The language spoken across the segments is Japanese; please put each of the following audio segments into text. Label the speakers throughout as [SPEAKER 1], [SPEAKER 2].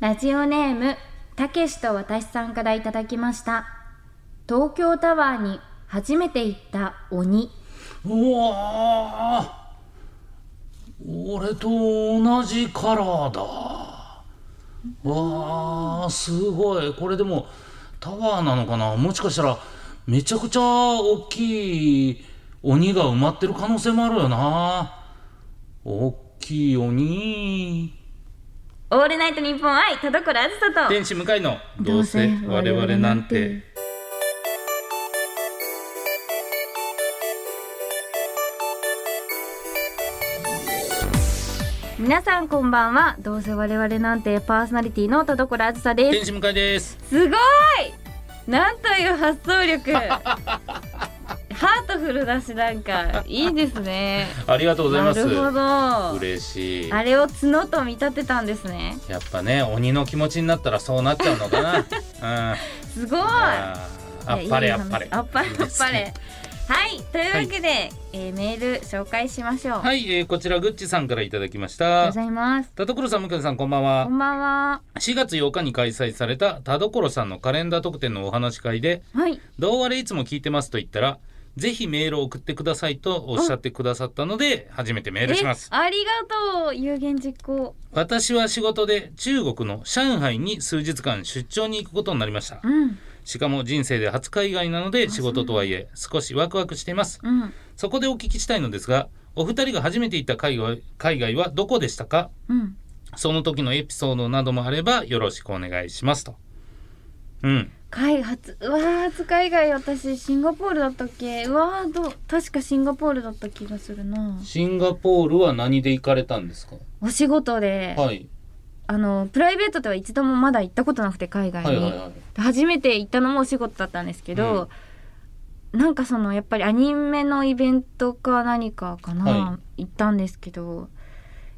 [SPEAKER 1] ラジオネームたけしと私さんからいただきました東京タワーに初めて行った鬼
[SPEAKER 2] うわー俺と同じカラーだわあすごいこれでもタワーなのかなもしかしたらめちゃくちゃ大きい鬼が埋まってる可能性もあるよな大きい鬼
[SPEAKER 1] オールナイトニッポン愛田所あずさと
[SPEAKER 2] 天使向かいの
[SPEAKER 1] どうせ我々なんて皆さんこんばんはどうせ我々なんてパーソナリティの田所あずさです
[SPEAKER 2] 天使向かいです
[SPEAKER 1] すごいなんという発想 力ハートフルだしなんかいいですね
[SPEAKER 2] ありがとうござい
[SPEAKER 1] な
[SPEAKER 2] ます
[SPEAKER 1] るほどあ
[SPEAKER 2] 嬉しい
[SPEAKER 1] れを角と見立てたんですね
[SPEAKER 2] やっぱね鬼の気持ちになったらそうなっちゃうの かなうん
[SPEAKER 1] すごい
[SPEAKER 2] あーあっぱれ
[SPEAKER 1] いや
[SPEAKER 2] あ
[SPEAKER 1] いい
[SPEAKER 2] っぱ
[SPEAKER 1] 話
[SPEAKER 2] れ
[SPEAKER 1] あっぱれ
[SPEAKER 2] いい
[SPEAKER 1] あ
[SPEAKER 2] で
[SPEAKER 1] っ
[SPEAKER 2] す
[SPEAKER 1] ぱ
[SPEAKER 2] ね
[SPEAKER 1] れはいというわけで、えーメール紹介しましょう、あり
[SPEAKER 2] はい、えーこちらグッチさんからいただきまし
[SPEAKER 1] がとうご
[SPEAKER 2] た
[SPEAKER 1] ざいます
[SPEAKER 2] 田所さん向井さんこんばん
[SPEAKER 1] こ
[SPEAKER 2] は
[SPEAKER 1] んばんは
[SPEAKER 2] 4月8日に開催された田所さんのカレンダー特典のお話し会で
[SPEAKER 1] はい
[SPEAKER 2] 「どうあれいつも聞いてます」と言ったら「ぜひメールを送ってください」とおっしゃってくださったので初めてメールします
[SPEAKER 1] えありがとう有言実行
[SPEAKER 2] 私は仕事で中国の上海に数日間出張に行くことになりました
[SPEAKER 1] うん
[SPEAKER 2] しかも人生で初海外なので仕事とはいえ少しワクワクしています
[SPEAKER 1] うん
[SPEAKER 2] そこでお聞きしたいのですがお二人が初めて行った海外海外はどこでしたか
[SPEAKER 1] うん
[SPEAKER 2] その時のエピソードなどもあればよろしくお願いしますと。うん、
[SPEAKER 1] 海初うわー初海外私シンガポールだったっけうわーどう確かシンガポールだった気がするな
[SPEAKER 2] シンガポールは何で行かれたんですか。
[SPEAKER 1] お仕事で、
[SPEAKER 2] はい、
[SPEAKER 1] あのプライベートでは一度もまだ行ったことなくて海外に、
[SPEAKER 2] はいはいはい。
[SPEAKER 1] 初めて行ったのもお仕事だったんですけど、なんかそのやっぱりアニメのイベントか何かかな、
[SPEAKER 2] は
[SPEAKER 1] 行ったんですけど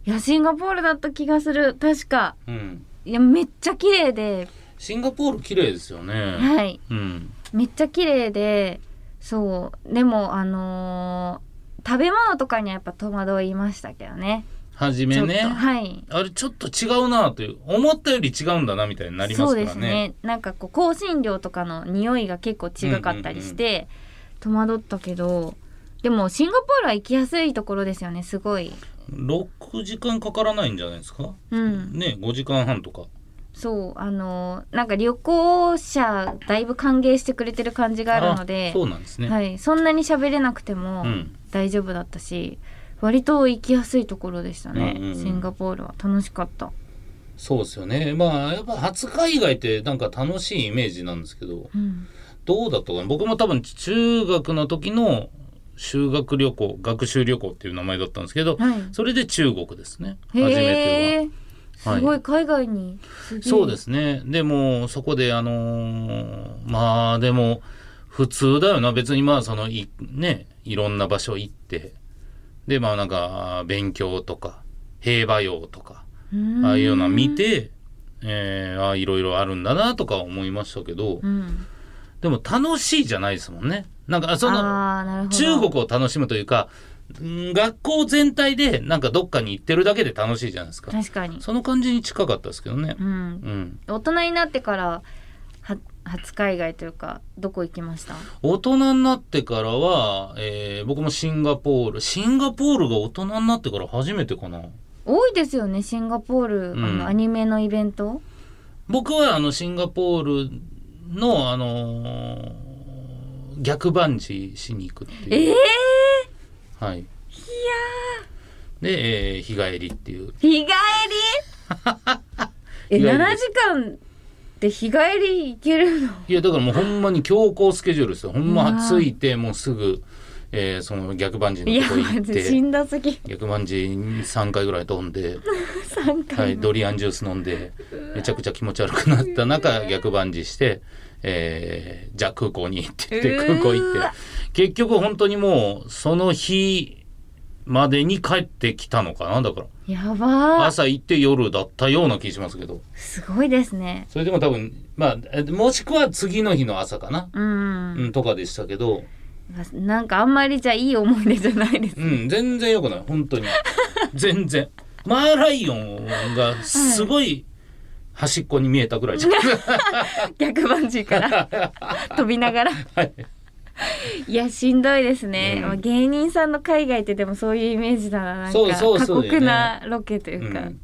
[SPEAKER 1] いやシンガポールだった気がする確か
[SPEAKER 2] うん、
[SPEAKER 1] いやめっちゃ綺麗で、
[SPEAKER 2] シンガポール綺麗ですよね。
[SPEAKER 1] はい
[SPEAKER 2] うん、
[SPEAKER 1] めっちゃ綺麗でそうでもあのー食べ物とかにはやっぱ戸惑いましたけどね
[SPEAKER 2] 初めね
[SPEAKER 1] ちょっと。はい
[SPEAKER 2] あれちょっと違うなという思ったより違うんだなみたいになりま
[SPEAKER 1] そう
[SPEAKER 2] すか
[SPEAKER 1] で
[SPEAKER 2] ら
[SPEAKER 1] す
[SPEAKER 2] ね。
[SPEAKER 1] ねなんかこう香辛料とかの匂いが結構違かったりして、戸惑ったけどでもシンガポールは行きやすいところですよねすごい
[SPEAKER 2] 六、時間かからないんじゃないですか。
[SPEAKER 1] うん
[SPEAKER 2] ね、五時間半とか。
[SPEAKER 1] そうあのーなんか旅行者だいぶ歓迎してくれてる感じがあるので
[SPEAKER 2] そうなんですね。
[SPEAKER 1] はい、そんなに喋れなくても
[SPEAKER 2] うん
[SPEAKER 1] 大丈夫だったし、割と行きやすいところでしたね、
[SPEAKER 2] うんうんうん
[SPEAKER 1] シンガポールは楽しかった、
[SPEAKER 2] そうですよね。まあ、やっぱ初海外ってなんか楽しいイメージなんですけど。
[SPEAKER 1] うん、
[SPEAKER 2] どうだったかな僕も多分中学の時の修学旅行学習旅行っていう名前だったんですけど、
[SPEAKER 1] はい
[SPEAKER 2] それで中国ですね初めて
[SPEAKER 1] へ
[SPEAKER 2] は。
[SPEAKER 1] えす
[SPEAKER 2] はい
[SPEAKER 1] ごい海外にすげえ
[SPEAKER 2] そうですねでもそこであのーまあでも普通だよな別にまあそのいねいろんな場所行ってでまあなんか勉強とか平和用とか
[SPEAKER 1] うん
[SPEAKER 2] ああいうような見て、えーああいろいろあるんだなとか思いましたけど、
[SPEAKER 1] うん
[SPEAKER 2] でも楽しいじゃないですもんねなんかその
[SPEAKER 1] あーなるほど
[SPEAKER 2] 中国を楽しむというか、うん学校全体でなんかどっかに行ってるだけで楽しいじゃないですか。
[SPEAKER 1] 確かに、
[SPEAKER 2] その感じに近かったですけどね
[SPEAKER 1] う。ん、
[SPEAKER 2] うん。
[SPEAKER 1] 大人になってからは初海外というかどこ行きました
[SPEAKER 2] 大人になってからは、えー僕もシンガポール。シンガポールが大人になってから初めてかな。
[SPEAKER 1] 多いですよねシンガポール、あ
[SPEAKER 2] うん
[SPEAKER 1] のアニメのイベント
[SPEAKER 2] 僕はあのシンガポールのあのー逆バンジーしに行くって
[SPEAKER 1] え
[SPEAKER 2] い
[SPEAKER 1] え
[SPEAKER 2] う。はい。いやで、えー日帰りっていう。
[SPEAKER 1] 日帰り え
[SPEAKER 2] 日帰り
[SPEAKER 1] 7
[SPEAKER 2] で
[SPEAKER 1] 時間で日帰り行け るの
[SPEAKER 2] いやだからもうほんまに強行スケジュールですよほん
[SPEAKER 1] うわ
[SPEAKER 2] ま
[SPEAKER 1] ー
[SPEAKER 2] 着いてもうすぐ、えーその逆バンジ
[SPEAKER 1] い
[SPEAKER 2] ーの
[SPEAKER 1] や
[SPEAKER 2] とこ行
[SPEAKER 1] マ
[SPEAKER 2] っ
[SPEAKER 1] ジ死
[SPEAKER 2] て
[SPEAKER 1] んだすぎ
[SPEAKER 2] 逆バンジーに3回ぐらい飛んで、
[SPEAKER 1] 3
[SPEAKER 2] は
[SPEAKER 1] 回
[SPEAKER 2] い、
[SPEAKER 1] も、
[SPEAKER 2] ドリアンジュース飲んでめちゃくちゃ気持ち悪くなった中逆バンジーして、えーじゃあ空港に行ってって
[SPEAKER 1] うーわ
[SPEAKER 2] 空港行って結局本当にもうその日までに帰ってきたのかなだから
[SPEAKER 1] やばー
[SPEAKER 2] 朝行って夜だったような気しますけど
[SPEAKER 1] すごいですね
[SPEAKER 2] それでも多分まあえもしくは次の日の朝かな、
[SPEAKER 1] うん、
[SPEAKER 2] うん、とかでしたけど。
[SPEAKER 1] なんかあんまりじゃあいい思い出じゃないです、
[SPEAKER 2] うん、全然良くない、本当に。全然。マーライオンがすごい端っこに見えたぐらいじゃん
[SPEAKER 1] 逆バンジーから 飛びながら
[SPEAKER 2] はい
[SPEAKER 1] いやしんどいですね、
[SPEAKER 2] うん
[SPEAKER 1] まあ芸人さんの海外ってでもそういうイメージだななんか
[SPEAKER 2] そうそう
[SPEAKER 1] 過
[SPEAKER 2] そうよね
[SPEAKER 1] 酷なロケという
[SPEAKER 2] う
[SPEAKER 1] か
[SPEAKER 2] ん、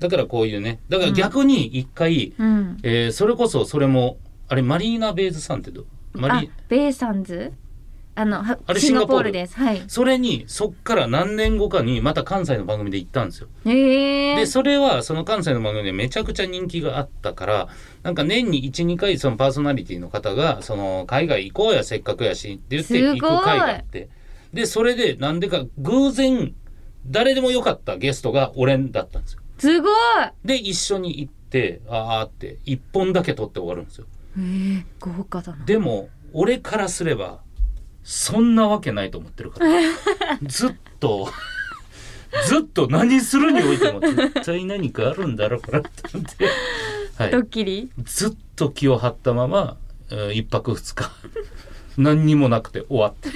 [SPEAKER 2] だからこういうねだから逆に一回、
[SPEAKER 1] うん、
[SPEAKER 2] えーそれこそそれもあれマリーナ・ベイズさんってどうマ
[SPEAKER 1] あ
[SPEAKER 2] リー
[SPEAKER 1] ベイサンズあのは
[SPEAKER 2] あれ
[SPEAKER 1] シンガポール
[SPEAKER 2] シン
[SPEAKER 1] で
[SPEAKER 2] ガポール
[SPEAKER 1] すはい
[SPEAKER 2] それにそっから何年後かにまた関西の番組で行ったんですよ。
[SPEAKER 1] え
[SPEAKER 2] で
[SPEAKER 1] ー、
[SPEAKER 2] それはその関西の番組でめちゃくちゃ人気があったからなんか年に12回そのパーソナリティの方がその海外行こうやせっかくやしって言って
[SPEAKER 1] すご
[SPEAKER 2] 行
[SPEAKER 1] い
[SPEAKER 2] く会があってでそれでなんでか偶然誰でもよかったゲストが俺だったんですよ。
[SPEAKER 1] すごい、
[SPEAKER 2] で一緒に行ってあーって1本だけ撮って終わるんですよ。
[SPEAKER 1] えー、豪華だな
[SPEAKER 2] でも俺からすればそんなわけないと思ってるから ずっとずっと何するにおいても絶対何かあるんだろうからって思って、
[SPEAKER 1] ド
[SPEAKER 2] はい、
[SPEAKER 1] ッキリ
[SPEAKER 2] ずっと気を張ったままえー一泊二日何にもなくて終わって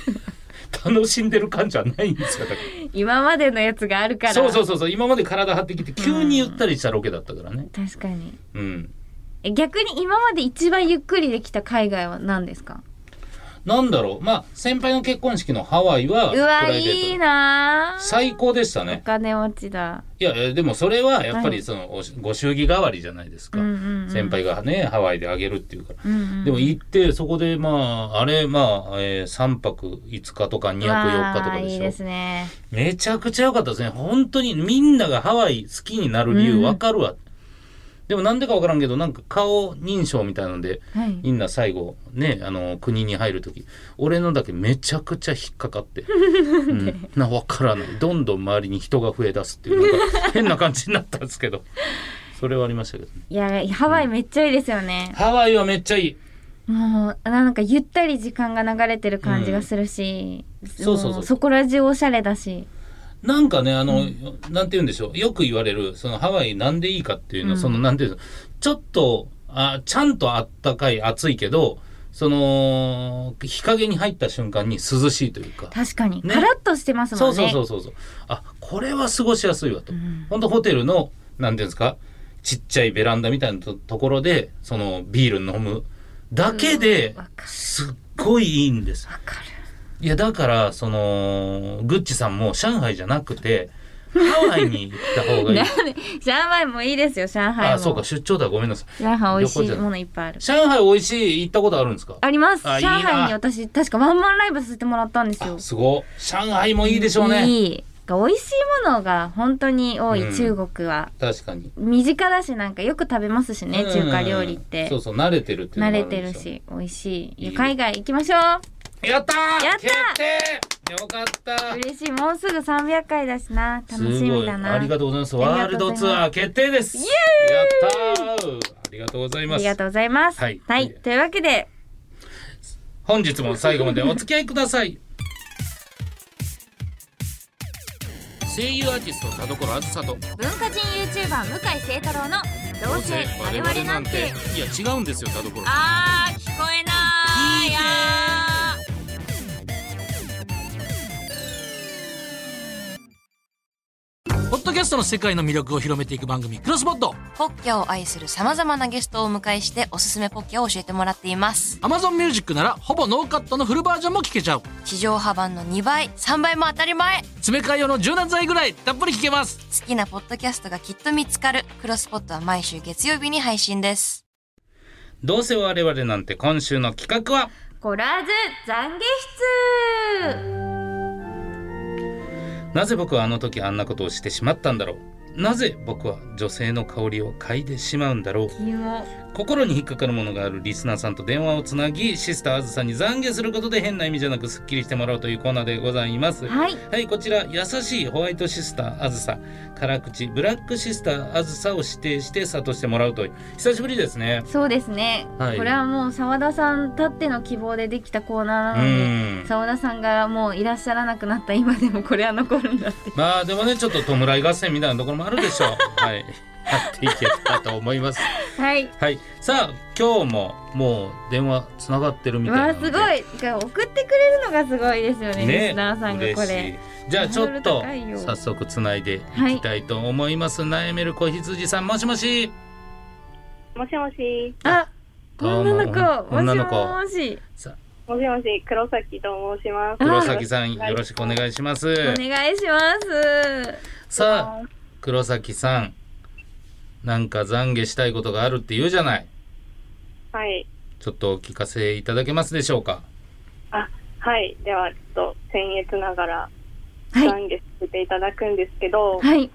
[SPEAKER 2] 楽しんでる感じはないんですよだか
[SPEAKER 1] 今までのやつがあるから
[SPEAKER 2] らそうそうそうそう今まで体張ってきて急にゆったりしたロケだったからね
[SPEAKER 1] 確かに
[SPEAKER 2] うん
[SPEAKER 1] え逆に今まで一番ゆっくりできた海外は何ですか
[SPEAKER 2] なんだろうまあ先輩の結婚式のハワイはプ
[SPEAKER 1] うわ
[SPEAKER 2] ライベ
[SPEAKER 1] いい
[SPEAKER 2] ート
[SPEAKER 1] なー
[SPEAKER 2] 最高でしたね
[SPEAKER 1] お金持ちだ
[SPEAKER 2] いやえーでもそれはやっ
[SPEAKER 1] は
[SPEAKER 2] ぱ
[SPEAKER 1] い
[SPEAKER 2] りそのおしご祝儀代わりじゃないですか、
[SPEAKER 1] うんうんうん
[SPEAKER 2] 先輩がねハワイであげるっていうから、
[SPEAKER 1] うんうん
[SPEAKER 2] でも行ってそこでまああれまあ、え3泊5日とか2泊4日とか
[SPEAKER 1] わ
[SPEAKER 2] でしょ
[SPEAKER 1] ーいいですね
[SPEAKER 2] めちゃくちゃ良かったですね本当にみんながハワイ好きになる理由わかるわ、でもなんでかわからんけどなんか顔認証みたいなので
[SPEAKER 1] はい
[SPEAKER 2] みんな最後ねあの国に入る時俺のだけめちゃくちゃ引っかかって、うん、な分からないどんどん周りに人が増え出すっていうなんか変な感じになったんですけどそれはありましたけど、ね、
[SPEAKER 1] いやハワイめっちゃいいですよね、
[SPEAKER 2] ハワイはめっちゃいい
[SPEAKER 1] もうなんかゆったり時間が流れてる感じがするし、
[SPEAKER 2] そうそうそう
[SPEAKER 1] もそこら中おしゃれだし
[SPEAKER 2] なんかねあの、なんて言うんでしょうよく言われるそのハワイなんでいいかっていうのは、
[SPEAKER 1] うん
[SPEAKER 2] そのなんていうのちょっとあちゃんとあったかい暑いけどその日陰に入った瞬間に涼しいというか
[SPEAKER 1] 確かに、
[SPEAKER 2] ね
[SPEAKER 1] カラッとしてます
[SPEAKER 2] そ
[SPEAKER 1] もん
[SPEAKER 2] う
[SPEAKER 1] ね
[SPEAKER 2] そうそうそうそうあこれは過ごしやすいわと。
[SPEAKER 1] うん
[SPEAKER 2] 本当ホテルの、なんていうんですか、ちっちゃいベランダみたいなとところで、そのビール飲むだけで
[SPEAKER 1] うんわか、る
[SPEAKER 2] すっごいいいんです。
[SPEAKER 1] わか
[SPEAKER 2] いや、だから、その、グッチさんも上海じゃなくて、ハワイに行った方
[SPEAKER 1] る
[SPEAKER 2] がいい。
[SPEAKER 1] なんで上海もいいですよ上海も
[SPEAKER 2] あ、そうか、出張だ、ごめんなさい。
[SPEAKER 1] 上海美味し
[SPEAKER 2] 旅行
[SPEAKER 1] い
[SPEAKER 2] じゃん
[SPEAKER 1] ものいっぱいある
[SPEAKER 2] 上海美味しい行ったことあるんですか
[SPEAKER 1] あります
[SPEAKER 2] あいい
[SPEAKER 1] 上
[SPEAKER 2] な
[SPEAKER 1] 海に私確かワンマンライブさせてもらったんですよ
[SPEAKER 2] あすごい。上海もいいでしょうね。
[SPEAKER 1] いい美味しいものが本当に多い、
[SPEAKER 2] うん
[SPEAKER 1] 中国は
[SPEAKER 2] 確かに。
[SPEAKER 1] 身近だしなんかよく食べますしね、
[SPEAKER 2] うん
[SPEAKER 1] 中華料理って
[SPEAKER 2] そうそう、慣れてるっていう
[SPEAKER 1] 慣
[SPEAKER 2] のもあ
[SPEAKER 1] れ
[SPEAKER 2] んで
[SPEAKER 1] て
[SPEAKER 2] すよ
[SPEAKER 1] る。し美味しい
[SPEAKER 2] いいよ
[SPEAKER 1] 海外行きましょう
[SPEAKER 2] やったー
[SPEAKER 1] やったー
[SPEAKER 2] 決定よかった
[SPEAKER 1] 嬉しいもうすぐ300回だしな楽しみだな
[SPEAKER 2] ありがとうございます。
[SPEAKER 1] あり
[SPEAKER 2] ワー
[SPEAKER 1] が
[SPEAKER 2] ル
[SPEAKER 1] とうご
[SPEAKER 2] ド
[SPEAKER 1] ざいます
[SPEAKER 2] ツアー決定です。
[SPEAKER 1] イエ
[SPEAKER 2] やったーありがとうござい
[SPEAKER 1] あ
[SPEAKER 2] ま
[SPEAKER 1] りが
[SPEAKER 2] す。
[SPEAKER 1] とうございます
[SPEAKER 2] はい
[SPEAKER 1] というわけで
[SPEAKER 2] 本日も最後までお付き合いください。声優アーティスト田所あずさと
[SPEAKER 1] 文化人 YouTuber 向井聖太郎の「どうせ我々なんて
[SPEAKER 2] いや違うんですよ田所」
[SPEAKER 1] あー聞こえない
[SPEAKER 2] いいね
[SPEAKER 1] あー
[SPEAKER 3] ポッドキャストの世界の魅力を広めていく番組、クロスポッド。
[SPEAKER 4] ポッキャを愛する様々なゲストをお迎えしておすすめポッキャを教えてもらっています。
[SPEAKER 3] Amazon Music なら、ほぼノーカットのフルバージョンも聞けちゃう。
[SPEAKER 4] 地上波版の2倍、3倍も当たり前好
[SPEAKER 3] 詰め替え用の柔軟剤ぐらい、たっぷり聞けます。
[SPEAKER 4] きなポッドキャストがきっと見つかる。クロスポットは毎週月曜日に配信です。
[SPEAKER 2] どうせ我々なんて今週の企画は
[SPEAKER 1] コラーズ懺悔
[SPEAKER 2] なぜ僕はあの時あんなことをしてしまったんだろうなぜ僕は女性の香りを嗅いでしまうんだろう
[SPEAKER 1] 室キモ
[SPEAKER 2] 心に引っかかるものがあるリスナーさんと電話をつなぎシスターあずさんに懺悔することで変な意味じゃなくすっきりしてもらおうというコーナーでございます
[SPEAKER 1] はい
[SPEAKER 2] はいこちら優しいホワイトシスターあずさ辛口ブラックシスターあずさを指定して諭してもらうという久しぶりですね
[SPEAKER 1] そうですね、
[SPEAKER 2] はい
[SPEAKER 1] これはもう澤田さんたっての希望でできたコーナー
[SPEAKER 2] う
[SPEAKER 1] なので
[SPEAKER 2] ん
[SPEAKER 1] 澤田さんがもういらっしゃらなくなった今でもこれは残るんだって
[SPEAKER 2] まあでもねちょっと弔い合戦みたいなところもあるでしょう はいやっていけたらと思います
[SPEAKER 1] はい
[SPEAKER 2] はいさあ今日ももう電話つながってるみた
[SPEAKER 1] わ
[SPEAKER 2] いな
[SPEAKER 1] あ
[SPEAKER 2] の
[SPEAKER 1] す
[SPEAKER 2] で
[SPEAKER 1] ごいだから送ってくれるのがすごいですよねリスナーさんがこ
[SPEAKER 2] 嬉しい
[SPEAKER 1] れ
[SPEAKER 2] じゃあちょっと
[SPEAKER 1] ハードル高いよ
[SPEAKER 2] 早速つないでいきたいと思います、悩める子羊さんもしもし
[SPEAKER 5] もしもし。
[SPEAKER 1] あ、
[SPEAKER 2] どう
[SPEAKER 1] 女
[SPEAKER 2] も
[SPEAKER 1] の子、
[SPEAKER 2] 女の子
[SPEAKER 1] もしもし、
[SPEAKER 2] さ
[SPEAKER 5] もしもし、黒崎と申します。
[SPEAKER 2] 黒崎さん
[SPEAKER 5] はい
[SPEAKER 2] よろしくお願いします。
[SPEAKER 1] お願いします。
[SPEAKER 2] さあ黒崎さんなんか懺悔したいことがあるって言うじゃない。
[SPEAKER 5] はい。
[SPEAKER 2] ちょっとお聞かせいただけますでしょうか。
[SPEAKER 5] あ、はい。では、ちょっと、僭越ながら、
[SPEAKER 1] はい、
[SPEAKER 5] 懺悔させていただくんですけど、
[SPEAKER 1] はい、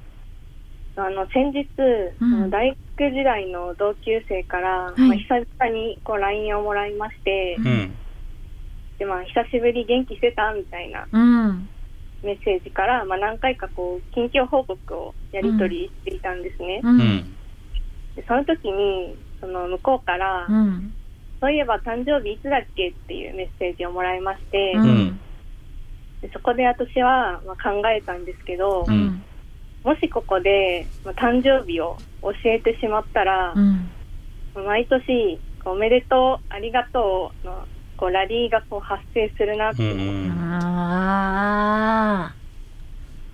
[SPEAKER 5] あの、先日、
[SPEAKER 1] うん
[SPEAKER 5] あの大学時代の同級生から、
[SPEAKER 1] い
[SPEAKER 5] まあ、久々にこう LINE をもらいまして
[SPEAKER 2] う、ん
[SPEAKER 5] で、まあ、久しぶり元気してたみたいな
[SPEAKER 1] うん、
[SPEAKER 5] メッセージから、まあ、何回かこう、近況報告をやり取りしていたんですね。
[SPEAKER 1] う、
[SPEAKER 2] うんん
[SPEAKER 5] でその時に、その向こうから、
[SPEAKER 1] うん、
[SPEAKER 5] そういえば誕生日いつだっけっていうメッセージをもらいまして、
[SPEAKER 1] うん
[SPEAKER 2] うん
[SPEAKER 5] でそこで私は、まあ、考えたんですけど、
[SPEAKER 1] う
[SPEAKER 2] うんん、
[SPEAKER 5] もしここで、まあ、誕生日を教えてしまったら、
[SPEAKER 1] うん、
[SPEAKER 5] 毎年「おめでとうありがとうの」こうラリーがこう発生するなっ
[SPEAKER 2] う
[SPEAKER 5] て思っ
[SPEAKER 2] ん
[SPEAKER 1] あ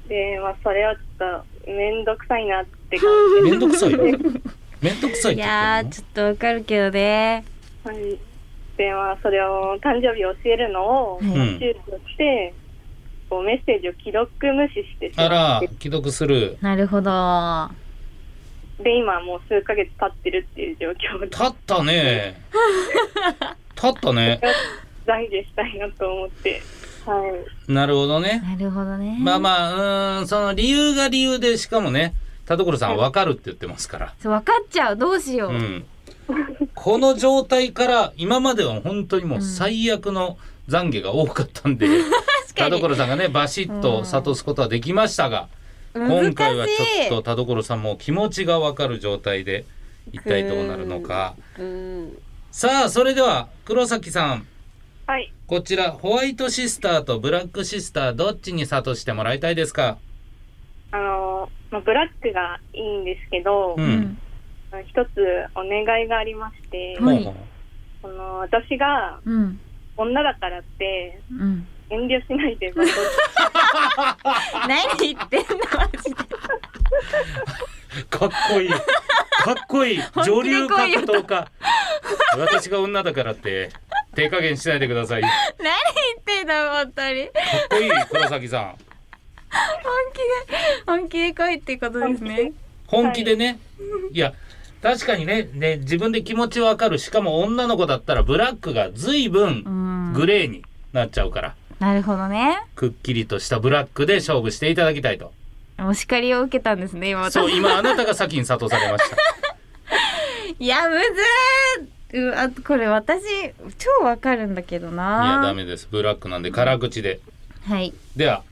[SPEAKER 5] て、まあ、それはちょっと面倒くさいなって感
[SPEAKER 2] うんめんどくさいよ。めんどくさ
[SPEAKER 1] ー、
[SPEAKER 2] いっ
[SPEAKER 1] い
[SPEAKER 2] て
[SPEAKER 1] やー、
[SPEAKER 2] 言って
[SPEAKER 1] ちょっとわかるけどね。
[SPEAKER 5] じ、はいでまあ、それを誕生日教えるのを
[SPEAKER 1] は
[SPEAKER 5] 躊
[SPEAKER 1] い
[SPEAKER 2] るの。うん。
[SPEAKER 5] 躇して、こうメッセージを既読無視してし
[SPEAKER 2] あ
[SPEAKER 5] ま
[SPEAKER 2] ら
[SPEAKER 5] って
[SPEAKER 2] 既読する。
[SPEAKER 1] なるほど。
[SPEAKER 5] で今もう数ヶ月経ってるっていう状 況で
[SPEAKER 2] 立ったね。立ったね。
[SPEAKER 5] 懺悔したいなと思って、はい、
[SPEAKER 2] なるほどね。
[SPEAKER 1] なるほどね。
[SPEAKER 2] まあまあ、うーん、その理由が理由で、しかもね、田所さん分かるって言ってますから。
[SPEAKER 1] そう、分かっちゃう、どうしよう。
[SPEAKER 2] うん。この状態から、今までは本当にもう最悪の懺悔が多かったんで、田
[SPEAKER 1] 確かに。
[SPEAKER 2] 所さんがね、バシッと諭すことはできましたが、
[SPEAKER 1] 難し
[SPEAKER 2] 今
[SPEAKER 1] い。
[SPEAKER 2] 回はちょっと田所さんも気持ちが分かる状態で、一体どうなるのか。さあ、それでは、黒崎さん。
[SPEAKER 5] はい、
[SPEAKER 2] こちら、ホワイトシスターとブラックシスター、どっちに諭してもらいたいですか
[SPEAKER 5] あのまあ、ブラックがいいんですけど、
[SPEAKER 2] う
[SPEAKER 1] うんん。
[SPEAKER 5] あの一つお願いがありまして、
[SPEAKER 1] はい
[SPEAKER 2] もう
[SPEAKER 5] この私が
[SPEAKER 1] うん。
[SPEAKER 5] 女だからって
[SPEAKER 1] うん。
[SPEAKER 5] 遠慮しないでバト
[SPEAKER 1] 何言ってんの、マジで。
[SPEAKER 2] かっこいい。かっ こいい。女流格闘家。私が女だからって、手加減しないでください。かっ
[SPEAKER 1] 何言ってんの、本当に。
[SPEAKER 2] こいい、黒崎さん。
[SPEAKER 1] 本気で来いってことですね。
[SPEAKER 2] 本気でね。いや、確かにね、ね、自分で気持ちわかる。しかも女の子だったら、ブラックが随
[SPEAKER 1] う
[SPEAKER 2] 分
[SPEAKER 1] ん。
[SPEAKER 2] グレーになっちゃうから、
[SPEAKER 1] なるほどね。
[SPEAKER 2] くっきりとしたブラックで勝負していただきたいと。
[SPEAKER 1] お叱りを受けたんですね、今私。
[SPEAKER 2] そう、今あなたが先に諭されました。
[SPEAKER 1] いや、むずーうあこれ私、超わかるんだけど
[SPEAKER 2] い
[SPEAKER 1] な。
[SPEAKER 2] や、ダメです。ブラックなんで、辛口で。
[SPEAKER 1] はい。
[SPEAKER 2] では、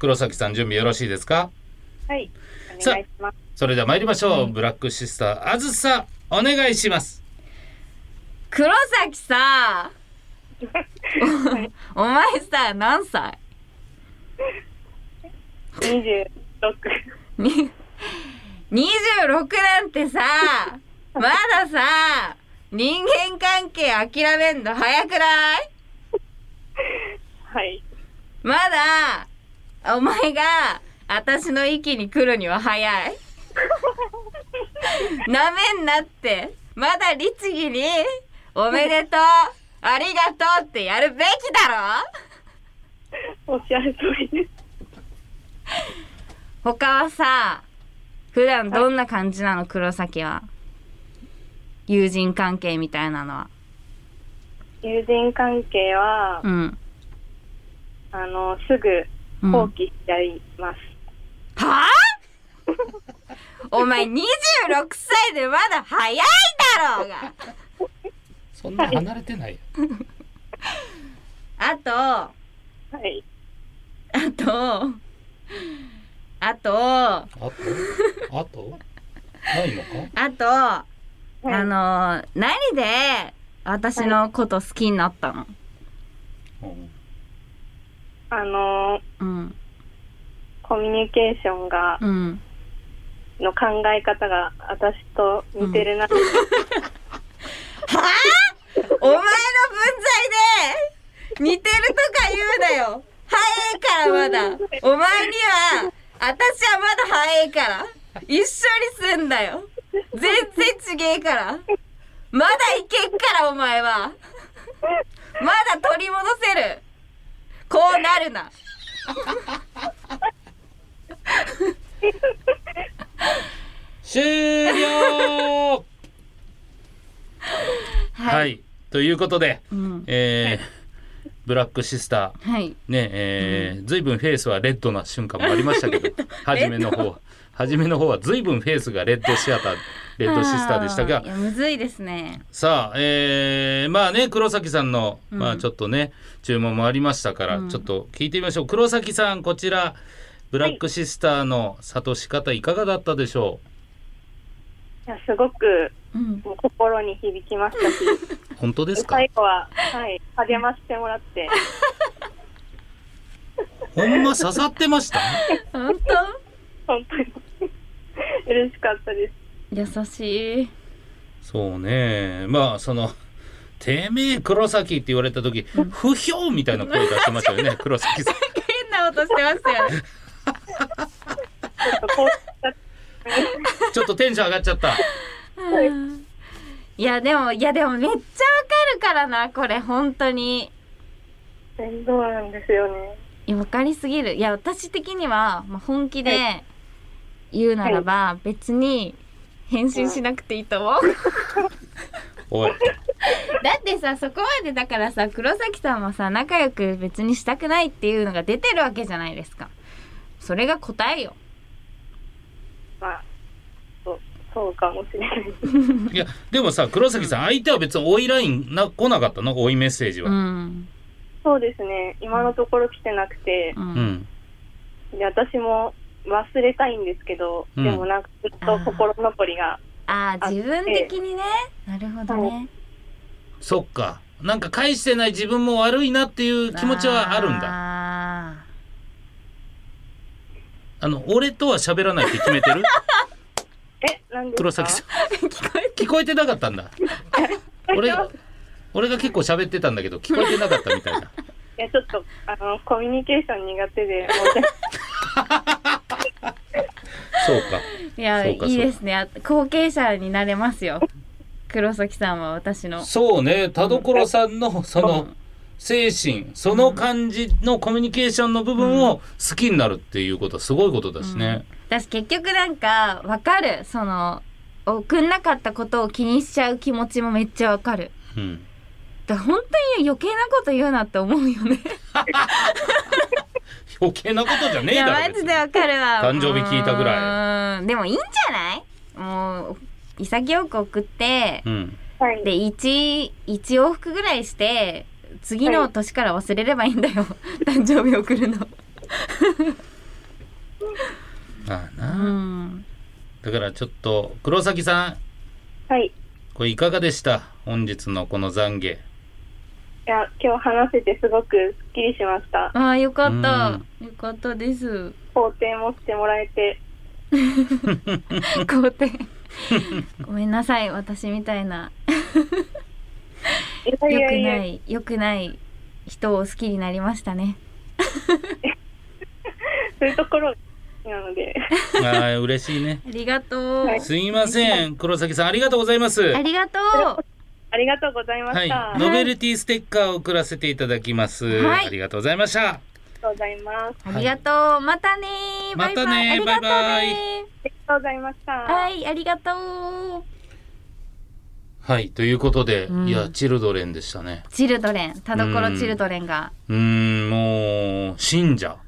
[SPEAKER 2] 黒崎さん準備よろしいですか
[SPEAKER 5] はい、お
[SPEAKER 2] さあ
[SPEAKER 5] 願いします。
[SPEAKER 2] それでは参りましょう。ブラックシスター、あずさ、お願いします。
[SPEAKER 1] 黒崎さ、お前さ、何歳
[SPEAKER 5] 二十六。
[SPEAKER 1] に26なんてさまださ人間関係諦めんの早くない
[SPEAKER 5] はい、
[SPEAKER 1] まだお前が私の域に来るには早いなめんなってまだ律儀に「おめでとうありがとう」ってやるべきだろ
[SPEAKER 5] おっしゃる通りです。
[SPEAKER 1] 他はさ普段どんな感じなの黒崎は友人関係みたいなのは
[SPEAKER 5] 友人関係は、
[SPEAKER 1] うん、
[SPEAKER 5] あのすぐ
[SPEAKER 1] うん
[SPEAKER 5] 放
[SPEAKER 1] は
[SPEAKER 5] 棄しちゃいます。
[SPEAKER 1] あ お前26歳でまだ早いだろうが
[SPEAKER 2] そんな離れてないよ。
[SPEAKER 1] あとあ
[SPEAKER 5] はい、
[SPEAKER 1] とあと
[SPEAKER 2] あと、あと、ないのか
[SPEAKER 1] あと、
[SPEAKER 5] はい
[SPEAKER 1] あの何で私のこと好きになったの、
[SPEAKER 2] うん
[SPEAKER 5] あの
[SPEAKER 1] うん
[SPEAKER 5] コミュニケーションが
[SPEAKER 1] うん
[SPEAKER 5] の考え方が私と似てる
[SPEAKER 1] は
[SPEAKER 5] な、
[SPEAKER 1] あお前の分際で似てるとか言うなよ早いからまだお前には私はまだ早いから一緒にすんだよ全然けえから。まだいけっから、お前は。まだ取り戻せる。こうなるな。
[SPEAKER 2] 終了はい、ということで、
[SPEAKER 1] うん。
[SPEAKER 2] えーブラックシスター
[SPEAKER 1] はい。
[SPEAKER 2] ねえーずいぶんフェイスはレッドな瞬間もありました けど初めの方は初めの方はずいぶんフェイスがレッドシアターレッドシスターでしたが
[SPEAKER 1] あーいや、むずいですね。
[SPEAKER 2] さあ、えーまあね黒崎さんの、
[SPEAKER 1] うん
[SPEAKER 2] まあ、ちょっとね注文もありましたから、
[SPEAKER 1] うん
[SPEAKER 2] ちょっと聞いてみましょう黒崎さんこちらブラックシスターの諭し方いかがだったでしょ
[SPEAKER 5] いやすごく
[SPEAKER 1] うん。
[SPEAKER 5] もう心に響きましたし、
[SPEAKER 2] う本当ですか
[SPEAKER 5] 最後は、はい、励ましても らって、
[SPEAKER 2] ほんま刺さってました
[SPEAKER 1] 本
[SPEAKER 5] 本当に嬉しかったです。
[SPEAKER 1] 当優しい。
[SPEAKER 2] そうねまあその「てめえ黒崎」って言われた時「不評」みたいな声出してまし たよね黒崎さん。
[SPEAKER 1] 変な音してますよね。
[SPEAKER 5] ちょっとこう
[SPEAKER 2] ちょっとテンション上がっちゃった。
[SPEAKER 1] いや、でも、いや、でもめっちゃわかるからな、これ、本当に。
[SPEAKER 5] そうなんですよね。
[SPEAKER 1] いや、わかりすぎる。いや、私的には、まあ、本気で言うならば、別に返信しなくていいと思う。
[SPEAKER 2] おい。
[SPEAKER 1] だってさ、そこまでだからさ、黒崎さんはさ、仲良く別にしたくないっていうのが出てるわけじゃないですか。それが答えよ。
[SPEAKER 5] まあ、そうそうかもしれない。
[SPEAKER 2] いや、でもさ、黒崎さん、相手は別に追いラインな来なかったの追いメッセージ
[SPEAKER 1] う
[SPEAKER 2] は。
[SPEAKER 1] ん。
[SPEAKER 5] そうですね、今のところ来てなくて
[SPEAKER 1] う、。
[SPEAKER 2] うんん。
[SPEAKER 5] で私も忘れたいんですけど、
[SPEAKER 2] うん
[SPEAKER 5] でもなんかずっと心残りが、
[SPEAKER 1] ああ、自分的にね。なるほどね。
[SPEAKER 2] そっか。なんか返してない自分も悪いなっていう気持ちはあるんだ。あ
[SPEAKER 1] だ。
[SPEAKER 2] の、俺とは喋らないって決めてる
[SPEAKER 5] え、なんですか
[SPEAKER 2] 黒崎さん。
[SPEAKER 1] 聞こえ
[SPEAKER 2] 聞こえてなかったんだ。俺、俺が結構喋ってたんだけど、聞こえてなかったみたいな。
[SPEAKER 5] いや、ちょっと、あの、コミュニケーション苦手で、
[SPEAKER 2] そうか。
[SPEAKER 1] いや、
[SPEAKER 2] そ
[SPEAKER 1] いう
[SPEAKER 2] か
[SPEAKER 1] いですね。あ後継者になれますよ。黒崎さんは私の。
[SPEAKER 2] そうね、田所さんの、その、精神、その感じのコミュニケーションの部分を好きになるっていうことはすごいことだしね。
[SPEAKER 1] 私結局なんか、わかる。その、送んなかったことを気にしちゃう気持ちもめっちゃわかる。
[SPEAKER 2] うん。
[SPEAKER 1] だから本当に余計なこと言うなって思うよね。
[SPEAKER 2] 余計なことじゃね
[SPEAKER 1] い
[SPEAKER 2] え
[SPEAKER 1] や、
[SPEAKER 2] だろ。
[SPEAKER 1] マジでわかるわ。
[SPEAKER 2] 誕生日聞いたぐら
[SPEAKER 1] い。でもいいんじゃないもう、潔く送って、
[SPEAKER 2] うん。
[SPEAKER 5] は い、
[SPEAKER 1] で、一、一往復ぐらいして、次の年から忘れればいいんだよ。 誕生日送るの。
[SPEAKER 2] まあ
[SPEAKER 1] う
[SPEAKER 2] な。
[SPEAKER 1] ん。
[SPEAKER 2] だからちょっと、黒崎さん、
[SPEAKER 5] はい。い
[SPEAKER 2] これいかがでした本日のこの懺悔。
[SPEAKER 5] や、今日話せてすごくすっきりしました。
[SPEAKER 1] ああ、よかった。よかったです。
[SPEAKER 5] 肯定もしてもらえて、
[SPEAKER 1] 肯定。ごめんなさい、私みたいな。
[SPEAKER 5] い
[SPEAKER 1] 良
[SPEAKER 5] や
[SPEAKER 1] く
[SPEAKER 5] いやいや
[SPEAKER 1] な、い、良くない人を好きになりましたね。
[SPEAKER 5] そういうところな ので、
[SPEAKER 2] ああ、嬉しいね。
[SPEAKER 1] ありがとう。
[SPEAKER 2] すいません。黒崎さん、ありがとうございます。
[SPEAKER 1] ありがとう。
[SPEAKER 5] ありがとうございま
[SPEAKER 2] は
[SPEAKER 5] した。あ
[SPEAKER 2] い。
[SPEAKER 5] り
[SPEAKER 2] ノベルティステッカーを送らせていただきます。
[SPEAKER 1] はい
[SPEAKER 2] ありがとうございました。
[SPEAKER 5] がとうございます。
[SPEAKER 1] ありがとう。またねー。バイバイ。
[SPEAKER 2] またねー
[SPEAKER 1] ありがとう
[SPEAKER 2] バイ
[SPEAKER 1] ね
[SPEAKER 5] ありがとうございました。
[SPEAKER 1] ー。はい、ありがとう。
[SPEAKER 2] はい。ということで、
[SPEAKER 1] うん
[SPEAKER 2] いや、チルドレンでしたね。
[SPEAKER 1] チルドレン、田所チルドレンが。
[SPEAKER 2] うーん、もう、信 者。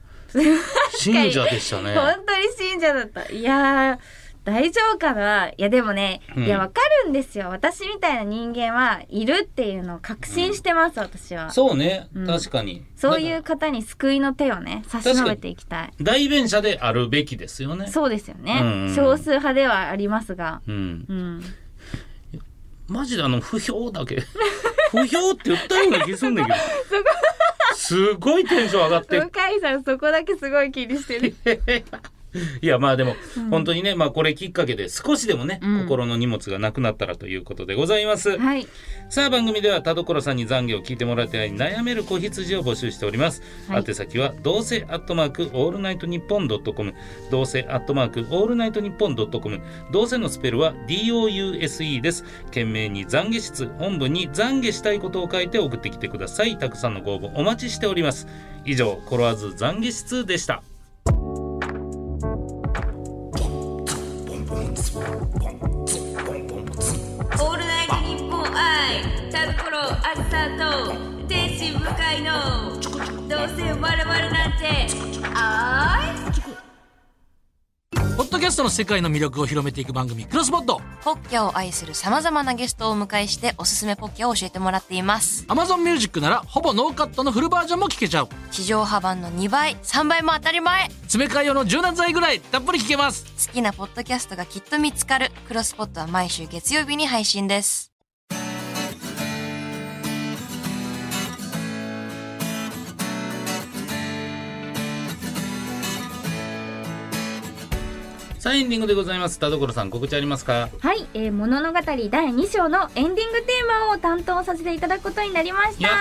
[SPEAKER 2] 信者でしたね。
[SPEAKER 1] 本当に信者だった。いやー。大丈夫かないやでもね、
[SPEAKER 2] うん
[SPEAKER 1] いやわかるんですよ私みたいな人間はいるっていうのを確信してます、私は
[SPEAKER 2] そうね。
[SPEAKER 1] うん
[SPEAKER 2] 確かに。
[SPEAKER 1] そういう方に救いの手をね差し伸べていきたい
[SPEAKER 2] 代弁者であるべきですよね。
[SPEAKER 1] そうですよね、
[SPEAKER 2] うんうん
[SPEAKER 1] 少数派ではありますが
[SPEAKER 2] うん。
[SPEAKER 1] うん
[SPEAKER 2] マジであの不評だけ 不評って言ったような気すんだけどすごいテンション上がって
[SPEAKER 1] 向井さんそこだけすごい気にしてる
[SPEAKER 2] へへいやまあでも、本当にね、まあ、これきっかけで少しでもね、
[SPEAKER 1] うん
[SPEAKER 2] 心の荷物がなくなったらということでございます、
[SPEAKER 1] はい。
[SPEAKER 2] さあ番組では田所さんに懺悔を聞いてもらいたい悩める子羊を募集しております、
[SPEAKER 1] はい
[SPEAKER 2] 宛先はどうせアットマークオールナイトニッポンドットコムどうせアットマークオールナイトニッポンドットコムどうせのスペルは DOUSE です懸命に懺悔室本部に懺悔したいことを書いて送ってきてくださいたくさんのご応募お待ちしております以上コロワーズ懺悔室でした
[SPEAKER 6] オールナイトニッポン愛タブコロあずさと天使向かいのどうせ我々なんてあーい
[SPEAKER 3] ポッドキャストの世界の魅力を広めていく番組、クロスポット。
[SPEAKER 4] ポッキャを愛する様々なゲストをお迎えしておすすめポッキャを教えてもらっています。
[SPEAKER 3] Amazon Music なら、ほぼノーカットのフルバージョンも聞けちゃう。
[SPEAKER 4] 地上波版の2倍、3倍も当たり前
[SPEAKER 3] 詰め替え用の柔軟剤ぐらい、たっぷり聞けます。
[SPEAKER 4] 好きなポッドキャストがきっと見つかる。クロスポットは毎週月曜日に配信です。
[SPEAKER 2] さあエンディングでございます田所さん告知ありますか
[SPEAKER 1] はい、えー、物語第2章のエンディングテーマを担当させていただくことになりました
[SPEAKER 2] や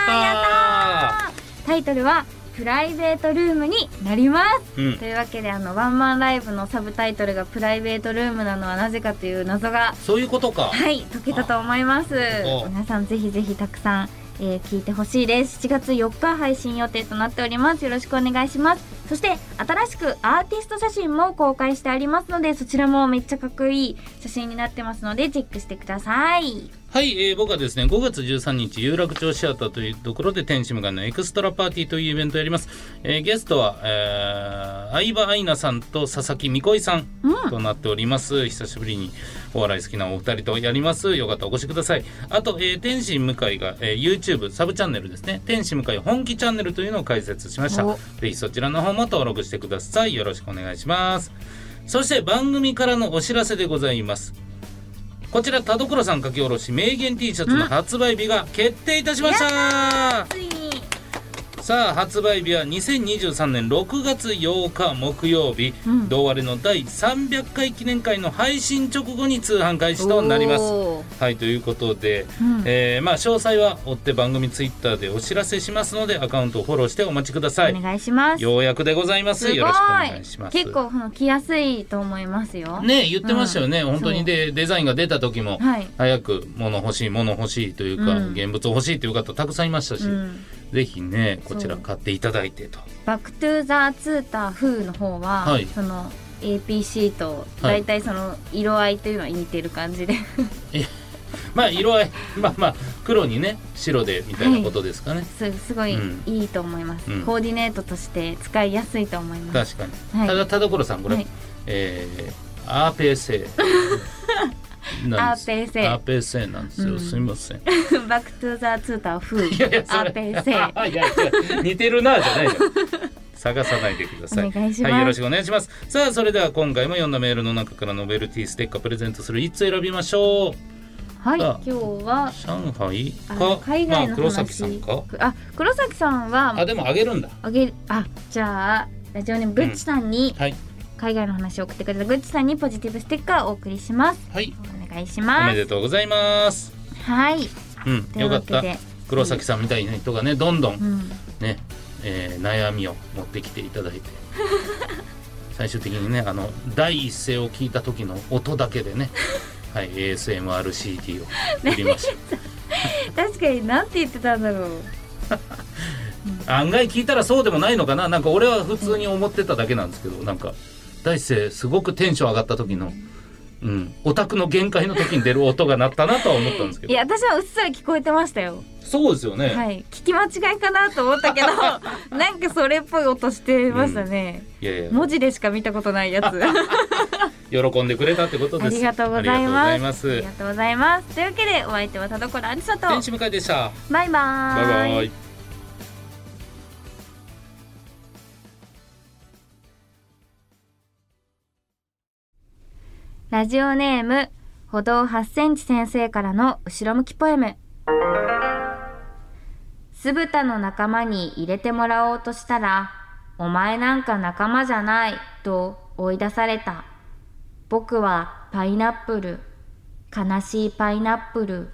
[SPEAKER 2] ったー
[SPEAKER 1] ータイトルは「プライベートルーム」になります、
[SPEAKER 2] うん
[SPEAKER 1] というわけであのワンマンライブのサブタイトルが「プライベートルーム」なのはなぜかという謎が
[SPEAKER 2] そういうことか
[SPEAKER 1] はい解けたと思います
[SPEAKER 2] お
[SPEAKER 1] 皆さんぜひぜひたくさん、えー聞いてほしいです7月4日配信予定となっておりますよろしくお願いしますそして新しくアーティスト写真も公開してありますのでそちらもめっちゃかっこいい写真になってますのでチェックしてください
[SPEAKER 2] はい、えー僕はですね5月13日有楽町シアターというところで天使無眼のエクストラパーティーというイベントをやります、えーゲストは、えー相葉愛菜さんと佐々木美恋さんとなっております、久しぶりにお笑い好きなお二人とやりますよかったらお越しくださいあと、えー天使向井が、えー YouTube サブチャンネルですね天使向井本気チャンネルというのを開設しました
[SPEAKER 1] お
[SPEAKER 2] ぜひそちらの方も登録してくださいよろしくお願いしますそして番組からのお知らせでございますこちら田所さん書き下ろし名言 T シャツの発売日が決定いたしました、
[SPEAKER 1] ついに
[SPEAKER 2] さあ発売日は2023年6月8日木曜日、
[SPEAKER 1] うん
[SPEAKER 2] 同割れの第300回記念会の配信直後に通販開始となります
[SPEAKER 1] おー
[SPEAKER 2] はいということで、
[SPEAKER 1] うん
[SPEAKER 2] えーまあ詳細は追って番組ツイッターでお知らせしますのでアカウントをフォローしてお待ちください
[SPEAKER 1] お願いします
[SPEAKER 2] ようやくでございますす
[SPEAKER 1] ごい
[SPEAKER 2] よろしくお願いします
[SPEAKER 1] 結構この着やすいと思いますよ
[SPEAKER 2] ね言ってましたよね、
[SPEAKER 1] うん
[SPEAKER 2] 本当にでデザインが出た時も、
[SPEAKER 1] はい
[SPEAKER 2] 早く物欲しい物欲しいというか、
[SPEAKER 1] うん
[SPEAKER 2] 現物欲しいという方たくさんいましたし、
[SPEAKER 1] うん
[SPEAKER 2] ぜひねこちら
[SPEAKER 1] そう
[SPEAKER 2] 買っていただいてと
[SPEAKER 1] バックトゥーザツーターフーの方は、
[SPEAKER 2] はい
[SPEAKER 1] その APC と
[SPEAKER 2] は
[SPEAKER 1] 大
[SPEAKER 2] い
[SPEAKER 1] 体その色合いというのは似てる感じで、
[SPEAKER 2] まあ色合い まあまあ黒にね白でみたいなことですかね、
[SPEAKER 1] すすごい
[SPEAKER 2] うん
[SPEAKER 1] いいと思います、
[SPEAKER 2] うん
[SPEAKER 1] コーディネートとして使いやすいと思います
[SPEAKER 2] 確かに、
[SPEAKER 1] はい
[SPEAKER 2] ただ田所さんこれ、
[SPEAKER 1] はい
[SPEAKER 2] えー、RPSA なんです
[SPEAKER 1] RPSA
[SPEAKER 2] RPSA なんですよ、
[SPEAKER 1] うん
[SPEAKER 2] すみません
[SPEAKER 1] バックトゥーザツーターフー
[SPEAKER 2] いやいやそれ
[SPEAKER 1] APC
[SPEAKER 2] いやいや似てるなじゃないよ探さないでください
[SPEAKER 1] お願いします
[SPEAKER 2] はい、よろしくお願いしますさあそれでは今回も読んだメールの中からノベルティステッカープレゼントするいつ選びましょう
[SPEAKER 1] はい
[SPEAKER 2] あ
[SPEAKER 1] 今日は
[SPEAKER 2] 上海
[SPEAKER 1] あ
[SPEAKER 2] か
[SPEAKER 1] の海外
[SPEAKER 2] まあ、
[SPEAKER 1] の
[SPEAKER 2] 黒
[SPEAKER 1] 話、
[SPEAKER 2] 崎さんか
[SPEAKER 1] あ黒崎さん
[SPEAKER 2] あ
[SPEAKER 1] は
[SPEAKER 2] でもあげるんだ
[SPEAKER 1] あげあじゃあラジオネームグッチさんに
[SPEAKER 2] はい
[SPEAKER 1] 海外の話を送ってくれたグッチさんにポジティブステッカーをお送りします
[SPEAKER 2] はい
[SPEAKER 1] お願いし
[SPEAKER 2] お
[SPEAKER 1] ま
[SPEAKER 2] め
[SPEAKER 1] す
[SPEAKER 2] でとうございます
[SPEAKER 1] はい
[SPEAKER 2] うん
[SPEAKER 1] とい
[SPEAKER 2] よ
[SPEAKER 1] う
[SPEAKER 2] か
[SPEAKER 1] わ
[SPEAKER 2] っ
[SPEAKER 1] け
[SPEAKER 2] た
[SPEAKER 1] で
[SPEAKER 2] 黒崎さんみたいな人がねどんどん
[SPEAKER 1] うん
[SPEAKER 2] ね、えー悩みを持ってきていた だいて最終的にねあの第一声を聞いた時の音だけで ね、はい、ASMRCD を売りまし
[SPEAKER 1] 確かになんて言ってたんだろう
[SPEAKER 2] た案外聞いたらそうでもないのかななんか俺は普通に思ってただけなんですけどなんか第一声すごくテンション上がった時の。うん、オタクの限界の時に出る音が鳴ったなとは思ったんですけ
[SPEAKER 1] い
[SPEAKER 2] ど
[SPEAKER 1] や私はうっすら聞こえてましたよ
[SPEAKER 2] そうですよね、、
[SPEAKER 1] はいい聞き間違いかなと思ったけど なんかそれっぽい音してましたね、
[SPEAKER 2] やいや
[SPEAKER 1] 文字でしか見たことないやつ
[SPEAKER 2] 喜んでくれたってこと
[SPEAKER 1] あ
[SPEAKER 2] です
[SPEAKER 1] りがとうござい
[SPEAKER 2] あ
[SPEAKER 1] ま
[SPEAKER 2] りがとうご
[SPEAKER 1] すあ
[SPEAKER 2] ざい
[SPEAKER 1] り
[SPEAKER 2] ま
[SPEAKER 1] がとうございますというわけでお相手は田所ありさと
[SPEAKER 2] 天使向かいでした
[SPEAKER 1] バイバ
[SPEAKER 2] バイ
[SPEAKER 1] ーイ
[SPEAKER 2] バイ
[SPEAKER 1] ラジオネーム歩道8センチ先生からの後ろ向きポエム酢豚の仲間に入れてもらおうとしたらお前なんか仲間じゃないと追い出された。僕はパイナップル。悲しいパイナップル。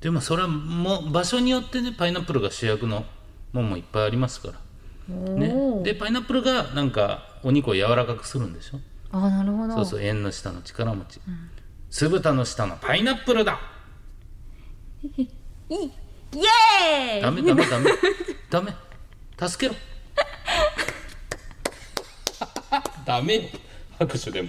[SPEAKER 2] でもそれはもう場所によってねパイナップルが主役のもんもいっぱいありますから、ね、でパイナップルがなんかお肉を柔らかくするんでしょ
[SPEAKER 1] あ、なるほど。
[SPEAKER 2] そうそう縁の下の力持ち、酢豚の下のパイナップルだ
[SPEAKER 1] イエ
[SPEAKER 2] ダ
[SPEAKER 1] ーイ
[SPEAKER 2] メダメダメ ダメ 助けろ ダメよ拍手でも